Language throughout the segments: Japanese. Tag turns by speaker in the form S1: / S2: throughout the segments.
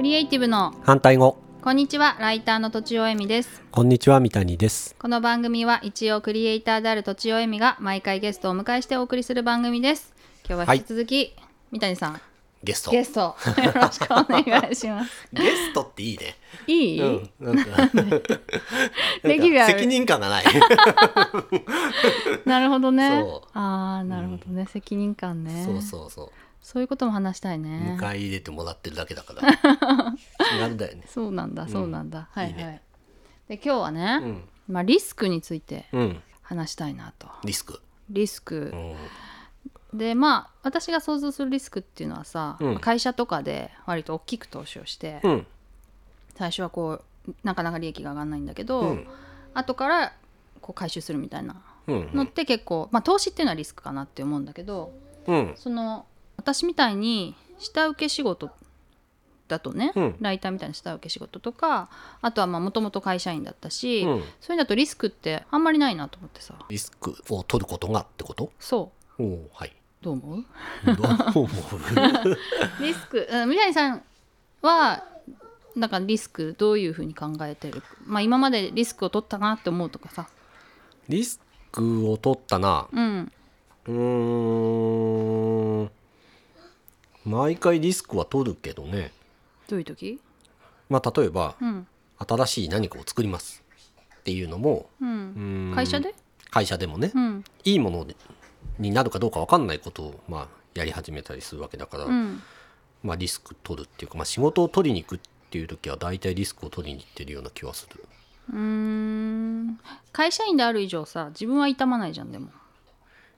S1: リエイティブの
S2: 反対語
S1: こんにちはライターのとちおえみです
S2: こんにちは三谷です
S1: この番組は一応クリエイターであるとちおえみが毎回ゲストをお迎えしてお送りする番組です今日は引き続き、三谷さん
S2: ゲスト
S1: ゲストよろしくお願いし ます
S2: ゲストっていいね
S1: いい、
S2: うんなんかなんか
S1: レギュラー
S2: 責任感がない
S1: なるほどね
S2: そう
S1: ああなるほどね、責任感ね
S2: そうそうそう
S1: そういうことも話したい
S2: 迎
S1: ね
S2: え入れてもらってるだけだか らなんだよね
S1: そうなんだそうなんだ、はい
S2: いい
S1: はい
S2: ね
S1: で今日はね、
S2: うん
S1: まあ、リスクについて
S2: うん
S1: 話したいなと
S2: リスク
S1: リスク
S2: う、ん
S1: でまあ私が想像するリスクっていうのはさ、
S2: うん
S1: 会社とかで割と大きく投資をして、
S2: うん
S1: 最初はこうなかなか利益が上がらないんだけど、
S2: うん
S1: 後からこう回収するみたいな
S2: うんう
S1: のっ
S2: ん
S1: て結構、まあ、投資っていうのはリスクかなって思うんだけど
S2: うん
S1: その私みたいに下請け仕事だとね、
S2: うん
S1: ライターみたいな下請け仕事とかあとはもともと会社員だったし、
S2: うん
S1: それだとリスクってあんまりないなと思ってさ
S2: リスクを取ることがってこと
S1: そ
S2: お おはい
S1: うどう思う
S2: どう思う
S1: リスク、うん、三谷さんはなんかリスクどういうふうに考えてる、まあ、今までリスクを取ったなって思うとかさ、
S2: リスクを取ったな
S1: うん、
S2: うーん毎回リスクは取るけどね
S1: どういう時
S2: まあ例えば
S1: うん、
S2: 新しい何かを作りますっていうのも
S1: う、
S2: うんーん
S1: 会社で、
S2: 会社でもね、
S1: うん
S2: いいものになるかどうか分かんないことを、まあ、やり始めたりするわけだから、
S1: うん、
S2: まあ、リスク取るっていうか、まあ、仕事を取りに行くっていう時は大体リスクを取りに行ってるような気はする
S1: うーん会社員である以上さ自分は痛まないじゃんでも、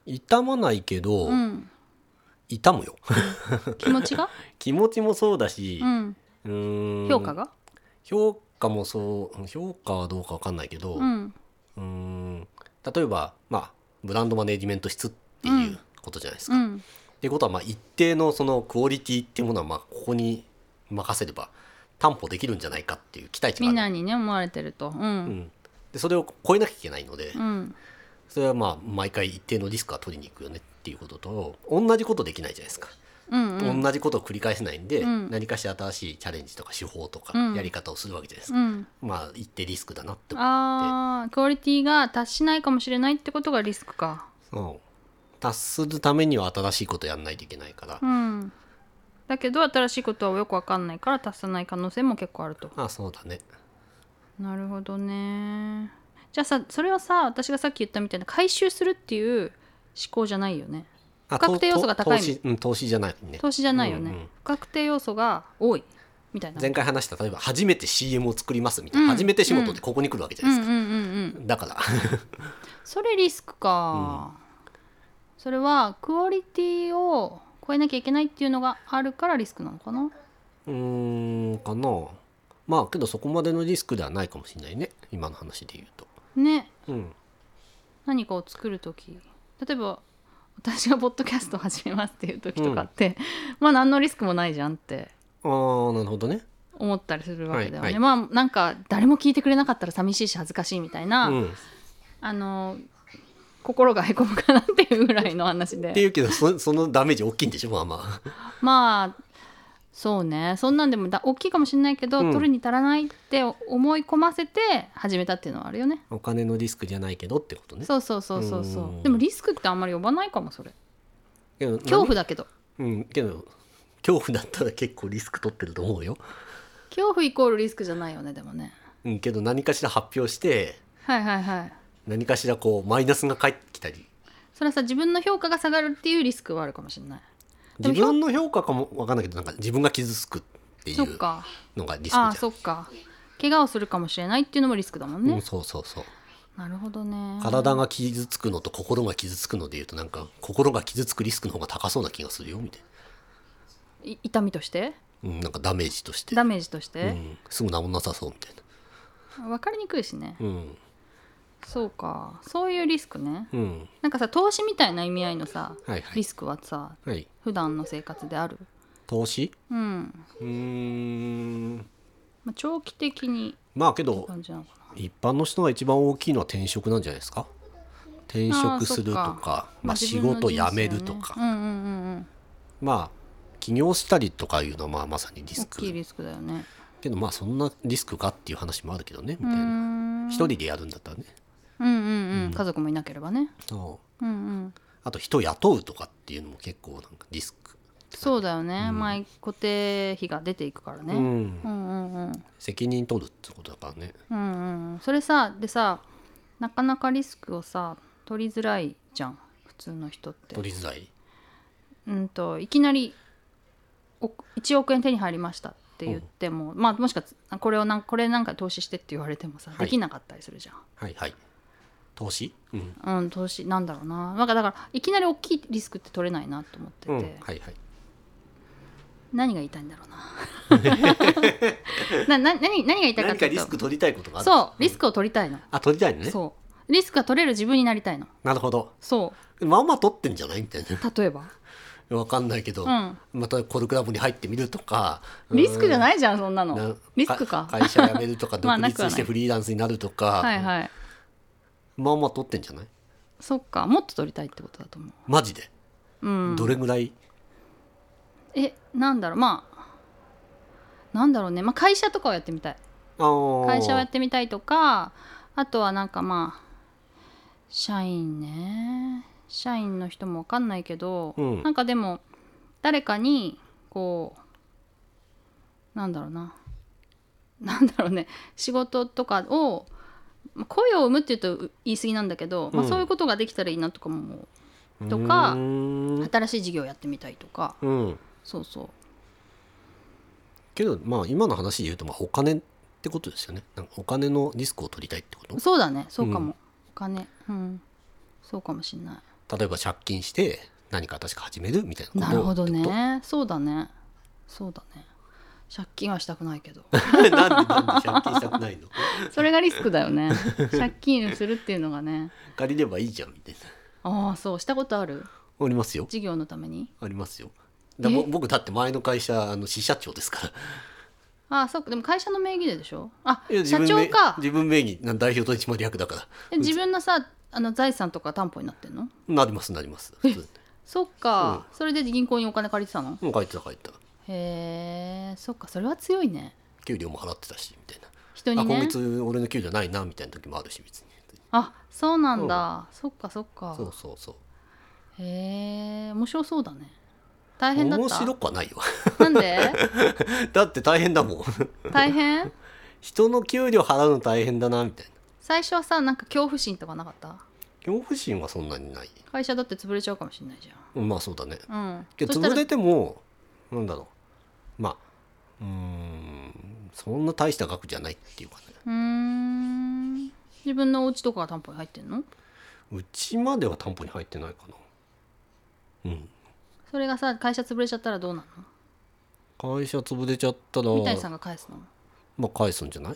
S2: 痛まないけど、
S1: うん、
S2: 痛むよ
S1: 気持ち が、
S2: 気持ちもそうだし
S1: う、ん、
S2: うーん
S1: 評価が、
S2: 評価もそう評価はどうか分かんないけど、
S1: うん
S2: うーん例えば、まあ、ブランドマネジメント室っていうことじゃないです
S1: う
S2: か。
S1: ん
S2: っていうことは、まあ、一定のそのクオリティっていうものは、まあ、ここに任せれば担保できるんじゃないかっていう期待値
S1: みん
S2: が
S1: な
S2: ある。
S1: にね思われてると、う
S2: うんん、でそれを超えなきゃいけないので、
S1: うん
S2: それはまあ毎回一定のリスクは取りに行くよねっていうことと同じことできないじゃないですか、
S1: うんうん
S2: 同じことを繰り返せないんで、
S1: うん
S2: 何かしら新しいチャレンジとか手法とか
S1: うん
S2: やり方をするわけじゃないですか、
S1: うん
S2: まあ一定リスクだなって
S1: あークオリティが達しないかもしれないってことがリスクか
S2: うん、達するためには新しいことやんないといけないから、
S1: うん、だけど新しいことはよくわかんないから達さない可能性も結構あると
S2: ああそうだね
S1: なるほどねじゃあさそれはさ私がさっき言ったみたいな回収するっていう思考じゃないよね
S2: あ
S1: 不確定要素が高い
S2: と投資、うん、投資じゃないね
S1: 投資じゃないよね、
S2: うんうん
S1: 不確定要素が多いみたいな
S2: 前回話した例えば初めて CM を作りますみたい
S1: う
S2: な、
S1: ん
S2: 初めて仕事ってここに来るわけじゃ
S1: うん
S2: な
S1: う
S2: い
S1: ん
S2: です
S1: う
S2: か、
S1: んうん
S2: だから
S1: それリスクか、それはクオリティを超えなきゃいけないっていうのがあるからリスクなのかな
S2: うーんかなまあけどそこまでのリスクではないかもしれないね今の話で言うと
S1: ね
S2: うん
S1: 何かを作る時例えば私がポッドキャストを始めますっていう時とかって、まあ何のリスクもないじゃんって
S2: ああなるほどね
S1: 思ったりするわけだよね、
S2: はいはい
S1: まあなんか誰も聞いてくれなかったら寂しいし恥ずかしいみたいな、
S2: うんっ
S1: あの心がへこむかなっていうぐらいの話
S2: て
S1: で
S2: いうけどそそのダメージ大きいんでしょまあまあ
S1: まあそうねそんなんでもだ大きいかもしれないけど、
S2: うん
S1: 取るに足らないって思い込ませて始めたっていうのはあるよね
S2: お金のリスクじゃないけどってことね
S1: そうそうそうそうそう
S2: うん
S1: でもリスクってあんまり呼ばないかもそれ
S2: けど
S1: 恐怖だけど
S2: うんけど恐怖だったら結構リスク取ってると思うよ、
S1: 恐怖イコールリスクじゃないよねでもね
S2: うん、けど何かしら発表して
S1: はいはいはい
S2: 何かしらこうマイナスが返ってきたり
S1: それはさ自分の評価が下がるっていうリスクはあるかもしれないで
S2: 自
S1: も
S2: 分の評価かも分かんないけどなんか自分が傷つくってい
S1: そっ
S2: う
S1: か
S2: のがリスクじゃん
S1: ああそっか怪我をするかもしれないっていうのもリスクだもんね、
S2: うん、そうそうそう
S1: なるほどね
S2: 体が傷つくのと心が傷つくのでいうとなんか心が傷つくリスクの方が高そうな気がするよみたい
S1: い痛みとして
S2: な、うん、なんかダメージとして、
S1: ダメージとし
S2: う
S1: て、
S2: ん、すぐ治んなさそうみたい
S1: 分かりにくいしね、
S2: なうん
S1: そうかそういうリスクね
S2: うん
S1: なんかさ投資みたいな意味合いのさ
S2: はいは
S1: リ
S2: い、
S1: スクはさ
S2: はい、
S1: 普段の生活である
S2: 投資
S1: うん、
S2: うーん
S1: まあ、長期的に
S2: まあけど
S1: 感じなのかな
S2: 一般の人が一番大きいのは転職なんじゃないですか転職するとか
S1: あーそっか
S2: まあ、
S1: 自
S2: 仕
S1: 分の
S2: 事辞
S1: 人生
S2: める
S1: ね
S2: とか、
S1: うんうんうんうん
S2: まあ起業したりとかいうのはまあまさにリ
S1: 大
S2: スク
S1: きいリスクだよね
S2: けどまあそんなリスクかっていう話もあるけどねみ
S1: う
S2: たい
S1: ー
S2: なん一人でやるんだったらね
S1: うんうんうん家族もいなければね
S2: そう
S1: うんうん
S2: あと人雇うとかっていうのも結構なんかリスク、
S1: そうだよね毎固定費が出ていくからね
S2: う
S1: うん
S2: ん、
S1: うんうん
S2: 責任取るってことだからね
S1: うんうんそれさでさなかなかリスクをさ取りづらいじゃん普通の人って
S2: 取りづらい
S1: うんといきなりお1億円手に入りましたって言っても、まあもしかつこれをなんこれなんか投資してって言われてもさ、
S2: はい
S1: できなかったりするじ
S2: はいはい投資うん、
S1: ゃん、うん、投資なんだろうななんかだからいきなり大きいリスクって取れないなと思ってて、
S2: うん、はいはい
S1: 何が言いたいんだろう ななな何何が言いたいか
S2: 何
S1: って
S2: か
S1: いう
S2: リ
S1: と
S2: スク取りたいことがある
S1: そうリスクを取りたいの、
S2: あ取りたいのね
S1: そうリスクが取れる自分になりたいの
S2: なるほど
S1: そ
S2: まあまあ取ってんじゃないみたいな
S1: う例えば
S2: わかんない けど、
S1: うん
S2: またコルクラブに入ってみるとか
S1: リスクじゃ
S2: い
S1: ないじゃんそんなのリスクか
S2: 会社辞めるとか
S1: ま
S2: 独
S1: あなくはな
S2: 立
S1: い
S2: してフリーランスになるとか
S1: はいはい
S2: まあまあ取ってんじゃない
S1: そっかもっと取りたいってことだと思
S2: マジで、
S1: ううん
S2: どれぐらい
S1: えなんだろうまあなんだろうね、まあ、会社とかをやってみたい
S2: 会
S1: 会社をやってみたいとかあとはなんかまあ社員ね社員の人も分かんないけど、
S2: うん
S1: なんかでも誰かにこうなんだろうななんだろうね仕事とかをまあ声を生むっていうとう言い過ぎなんだけど、まあ、
S2: うん
S1: そういうことができたらいいなとかも思うとか
S2: うん
S1: 新しい事業やってみたいとか
S2: うん
S1: そうそう
S2: けどまあ今の話で言うとまあお金ってことですよねなんかお金のリスクを取りたいってこと
S1: そうだねそうかも、
S2: うん
S1: お金うんそうかもしんない
S2: 例えば借金して何か確か始めるみたいなこと
S1: なるほど
S2: ってこ
S1: ねそうだねそうだね借金はしたくないけど
S2: と なんでなんで借金したくないの
S1: それがリスクだよね借金するっていうのがね
S2: 借りればいいじゃんみたいな
S1: ああそうしたことある
S2: ありますよ
S1: 事業のために
S2: ありますよだ
S1: え
S2: ぼ僕だって前の会社あの支社長ですから
S1: ああそうかでも会社の名義ででしょあ
S2: いや自
S1: 社
S2: 分
S1: 長
S2: 名
S1: か
S2: 自分名義な代表取締役だから
S1: え自分のさあの財産とか担保になってんの
S2: なりますな ります普通に
S1: そっか、それで銀行にお金借りてたの
S2: もう帰ってた帰ってた
S1: へえそっかそれは強いね
S2: 給料も払ってたしみたいな
S1: 人に
S2: あ
S1: ね
S2: 今月俺の給料ないなみたいな時もあるし別に
S1: あそうなんだ、そっかそっか
S2: そうそうそう
S1: へえ面白そうだね大変だっ
S2: 面
S1: た
S2: 白くはないよ
S1: なんで
S2: だって大変だもん
S1: 大変
S2: 人の給料払うの大変だなみたいな
S1: 最初はさなんか恐怖心とかなかった
S2: 恐怖心はそんなにない
S1: 会社だって潰れちゃうかもしれないじ
S2: うんまあそうだね
S1: ゃんうん
S2: けど
S1: そした
S2: 潰
S1: ら
S2: れてもなんだろうまあうーんそんな大した額じゃないっていうかね
S1: うーん自分のお家とかが担保に入ってんの
S2: うちまでは担保に入ってないかなうん
S1: それがさ会社潰れちゃったらどうな
S2: 会社潰れちゃったら
S1: の三谷さんが返すの
S2: まあ返すんじゃない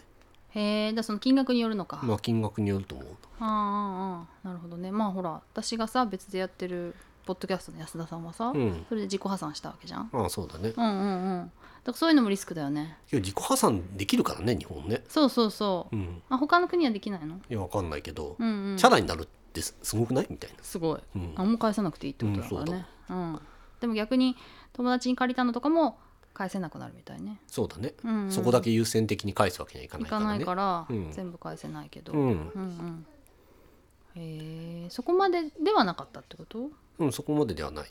S1: へえだからその金額によるのか、
S2: まあ金額によると思う
S1: ああああなるほどねまあほら私がさ別でやってるポッドキャストの安田さんはさ、
S2: うん
S1: それで自己破産したわけじゃん
S2: まあそうだね
S1: うんうんうんだからそういうのもリスクだよね
S2: けど自己破産できるからね日本ね
S1: そうそうそう、
S2: うん
S1: あ他の国はできないの
S2: いやわかんないけど、
S1: うんうん
S2: チャラになるってすすごくないみたいな
S1: すごい、
S2: うん
S1: 何も返さなくていいってことだから
S2: うんそう
S1: ね、うんでも逆に友達に借りたのとかも返せなくなるみたいね
S2: そうだね、
S1: うんうん
S2: そこだけ優先的に返すわけにはいか
S1: 行
S2: ないか
S1: からな
S2: ね
S1: いから、
S2: うん
S1: 全部返せないけど、
S2: う
S1: うん
S2: ん、
S1: うんへえそこまでではなかったってこと
S2: うん、そこまでではない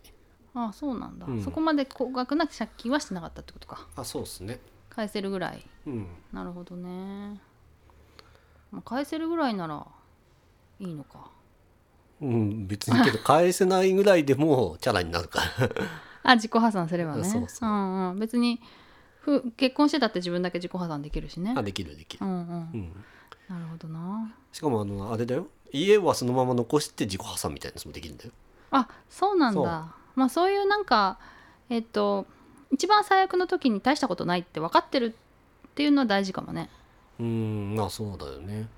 S1: ああそうなんだ、
S2: うん
S1: そこまで高額な借金はしてなかったってことか
S2: あそうですね
S1: 返せるぐらい
S2: うん
S1: なるほどね、まあ、返せるぐらいならいいのか
S2: うん、別 にけど返せないぐらいでもチャラになるから
S1: あ自己破産すればね
S2: そうそうん
S1: うん、別にふ結婚してたって自分だけ自己破産できるしね
S2: あできるでき
S1: う
S2: る、
S1: んうん
S2: うん、
S1: なるほどな
S2: しかもあのあれだよ家はそのまま残して自己破産みたいなのもできるんだよ
S1: あそうなん
S2: そう
S1: だまあそういうなんかえっと一番最悪の時に大したことないって分かってるっていうのは大事かもね
S2: うんまあそうだよね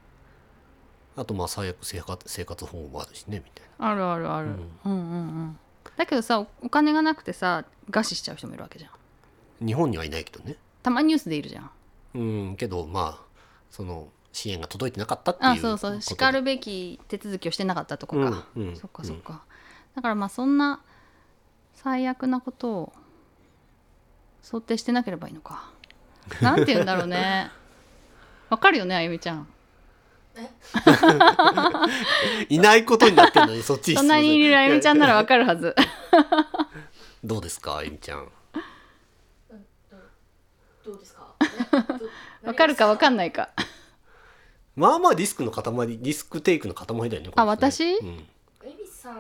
S2: あとまあ最悪生活生活保護もあるしねみたい
S1: あるあるある、
S2: う
S1: う
S2: ん
S1: ん、うんうんだけどさおお金がなくてさ餓死しちゃう人もいるわけじゃん
S2: な日本にはいないけどね
S1: たまにニュースでいるじゃん
S2: うんけどまあその支援が届いてなかったっていう
S1: あそうそうしかるべき手続きをしてなかったとかか、
S2: うんうん
S1: そっかそっか、だからまあそんな最悪なことを想定してなければいいの かなんて言うんだろうねわかるよねあゆみちゃん
S2: いないことになって るのにそっちに
S1: そんなにいるあゆみちゃんならわかるはず
S2: どうですかあゆみちゃん
S3: どうです か
S1: わかるかわ
S3: ん
S1: かんないか
S2: まあまあリスクの塊リスクテイクの塊だよねこれね
S1: あ私
S2: うん、
S3: ないエビさん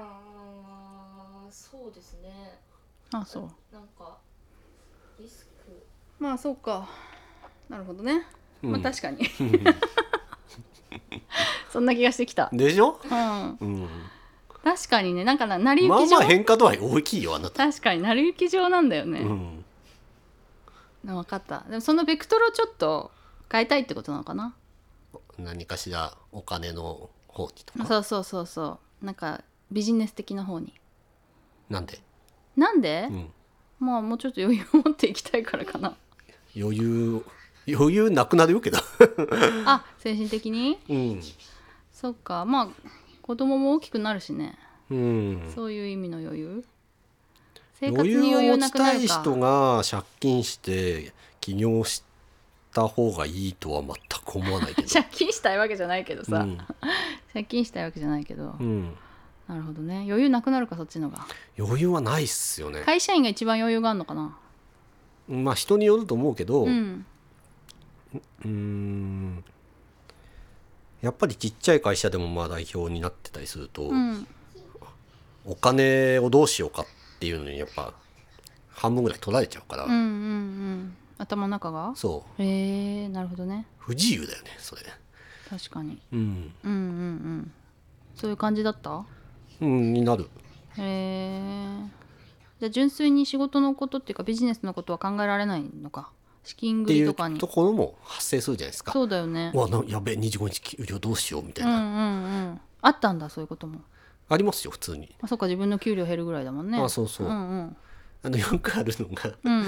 S3: はそうですね
S1: あそう
S3: なんかリスク
S1: まあそうかなるほどね、まあ確かに そんな気がしてきた、
S2: にでしょ、
S1: うん、
S2: うん、
S1: 確かにねなんかな成り
S2: まあ
S1: 行き
S2: ま
S1: 上、
S2: あ変化度合い大きいよあなた、
S1: 確かに成り行き上なんだよね、
S2: うん、
S1: な分かったでもそのベクトルをちょっと変えたいってことなのかな
S2: 何かしらお金の方にとか
S1: そうそうそうそうなんかビジネス的な方に
S2: なんで、
S1: なんで
S2: う、ん、
S1: まあもうちょっと余裕を持っていきたいからかな
S2: 余裕余裕なくなるよけど
S1: あ精神的に
S2: うん
S1: そっかまあ子供も大きくなるしね、
S2: うん
S1: そういう意味の余裕生活に
S2: 余裕
S1: 余
S2: を
S1: 裕
S2: 持
S1: な
S2: ち
S1: くな
S2: た
S1: る
S2: い
S1: か
S2: 人が借金して起業した方がいいとは全く思わないけ ど
S1: 借金したいわけじゃないけどさ、
S2: うん
S1: 借金したいわけじゃないけど、
S2: うん、
S1: なるほどね余裕なくなるかそっちのが
S2: 余裕はないっすよね、
S1: 会社員が一番余裕があるのかな
S2: まあ人によると思うけど、
S1: うん
S2: うーんやっぱりちっちゃい会社でもまあ代表になってたりすると、
S1: うん
S2: お金をどうしようかっていうのにやっぱ半分ぐらい取られちゃうから、
S1: うんうんうん頭の中が
S2: そう
S1: へえー、なるほどね
S2: 不自由だよねそれ、
S1: 確かに
S2: うん
S1: うんうんうんそういう感じだった
S2: うん、になる
S1: へえじゃあ純粋に仕事のことっていうかビジネスのことは考えられないのか資金
S2: っ
S1: 繰
S2: てい
S1: り
S2: う
S1: とかに
S2: ところも発生するじゃないですか
S1: そうだよね
S2: うわなやべえ25日給料どうしようみたい
S1: うんうん
S2: な、
S1: うんあったんだそういうことも
S2: ありますよ普通に、
S1: あそっか自分の給料減るぐらいだもんね
S2: あそうそう、
S1: うんうん
S2: あのよくあるのが
S1: うん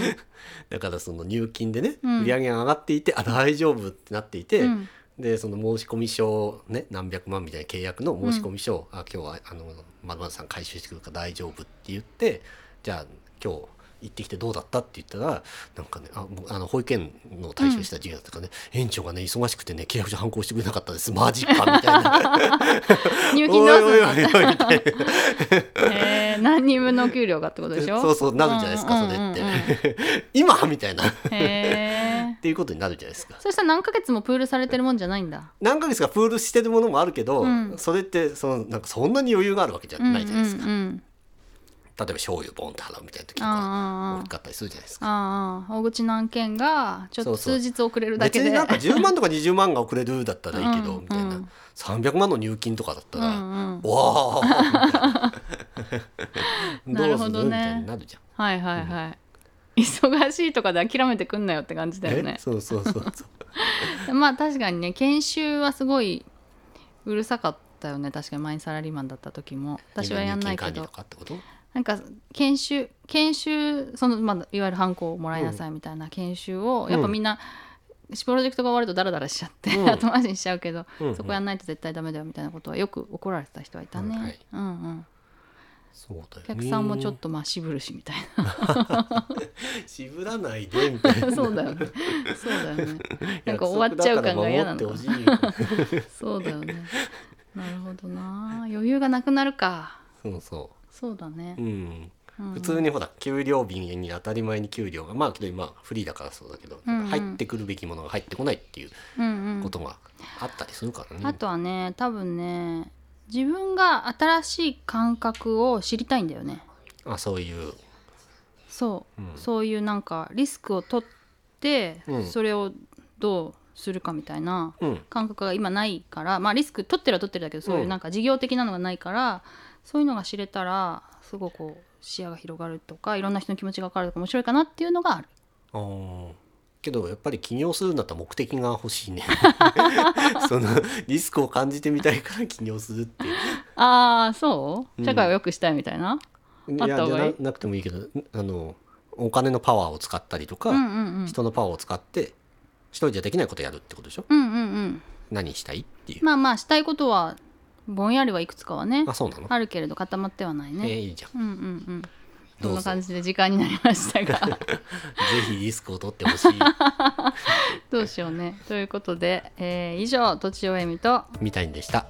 S2: だからその入金でね、
S1: うん
S2: 売り上げが上がっていてあ大丈夫ってなっていて、
S1: うん
S2: でその申し込み書をね何百万みたいな契約の申し込み書を、あ今日はあのまるまるさん回収してくるから大丈夫って言ってじゃあ今日行ってきてどうだったって言ったらなんかねあもうあの保育園の対象した授業だったからね、園長がね忙しくてね契約書反抗してくれなかったですマジかみた いな
S1: 入金どうするの
S2: おいおいおいおいみたいな
S1: えー、何人分の給料がってことでしょ
S2: そうそうなるじゃないですか、
S1: うんうんうんうん
S2: それって 今みたいなっ
S1: へえ
S2: ていうことになるじゃないですか
S1: そしたら何ヶ月もプールされてるもんじゃないんだ
S2: 何ヶ月かプールしてるものもあるけど、
S1: うん
S2: それってそのなんかそんなに余裕があるわけじゃ ないじゃないですか、
S1: うんうんうん
S2: 例えば醤油ボンって払うみたいな時とか
S1: あ
S2: 大
S1: ー
S2: きかったりするじゃないですか
S1: あーあー大口の案件がちょっと
S2: そうそう
S1: 数日遅れるだけ
S2: 別
S1: で
S2: になんか10万とか20万が遅れるだったらいいけど、
S1: うん
S2: みたいな、
S1: うん
S2: 300万の入金とかだったら、
S1: うんうん、
S2: おーみ
S1: な
S2: たいな
S1: るほどね
S2: うするみたいになるじゃん
S1: はいはいはい、忙しいとかで諦めてくんなよって感じだよね
S2: えそうそうそうそう
S1: まあ確かにね研修はすごいうるさかったよね確かに前サラリーマンだった時も 私はやんないけ
S2: 入金管理
S1: ど
S2: とかってこと
S1: なんか研修研修その、まあ、いわゆるハンコをもらいなさいみたいな研修を、
S2: ん
S1: やっぱみんなプロジェクトが終わるとダラダラしちゃって、
S2: うん
S1: 後回しにしちゃうけど、
S2: うんうん
S1: そこやんないと絶対ダメだよみたいなことはよく怒られてた人はいたね、
S2: うんはい
S1: うんうん、
S2: そうだよね
S1: お客さんもちょっとまあ渋るしみたい
S2: 渋らないでみたいな
S1: なそうだよねそうだよね なんか
S2: 約束
S1: 終わっちゃう感が嫌な
S2: だ
S1: の
S2: か
S1: からな
S2: 守ってほしいよ
S1: そうだよねなるほどな余裕がなくなるか
S2: そうそ
S1: そうだね
S2: う、うん
S1: うん
S2: 普通にほら給料日に当たり前に給料がまあけど今フリーだからそうだけど、
S1: うんうん
S2: 入ってくるべきものが入ってこないっていう
S1: うんうん
S2: ことがあったりするからね。
S1: あとはね多分ね自分が新しい感覚を知りたいんだよね
S2: あそういう、
S1: そう、
S2: うん
S1: そういうなんかリスクを取って、
S2: うん
S1: それをどうするかみたいな
S2: うん、
S1: 感覚が今ないからまあリスク取ってるは取ってるだけどそういううんなんか事業的なのがないから、そういうのが知れたらすごくこう視野が広がるとかいろんな人の気持ちが分かるとか面白いかなっていうのがある
S2: あーけどやっぱり起業するんだったら目的が 欲しいねそのリスクを感じてみたいから起業するっていう
S1: ああそう
S2: うん
S1: 社会を良くしたいみたいな、
S2: い
S1: あ
S2: や
S1: った方
S2: じゃ
S1: がいい
S2: ななくてもいいけどあのお金のパワーを使ったりとか、
S1: うん、うんうん
S2: 人のパワーを使って一人じゃできないことやるってことでしょ
S1: うんうんうん
S2: 何したいっていう、
S1: まあまあしたいことはぼんやりはいくつかはね
S2: あそうなの、
S1: あるけれど固まってはない
S2: えー
S1: ね、
S2: いいじゃん
S1: うんうんうんそ
S2: ど
S1: ん
S2: う
S1: な
S2: ぞ
S1: 感じで時間になりましたが
S2: ひリスクを取ってほしい
S1: どうしようねということで、えー以上とちおえみと
S2: みたいんでした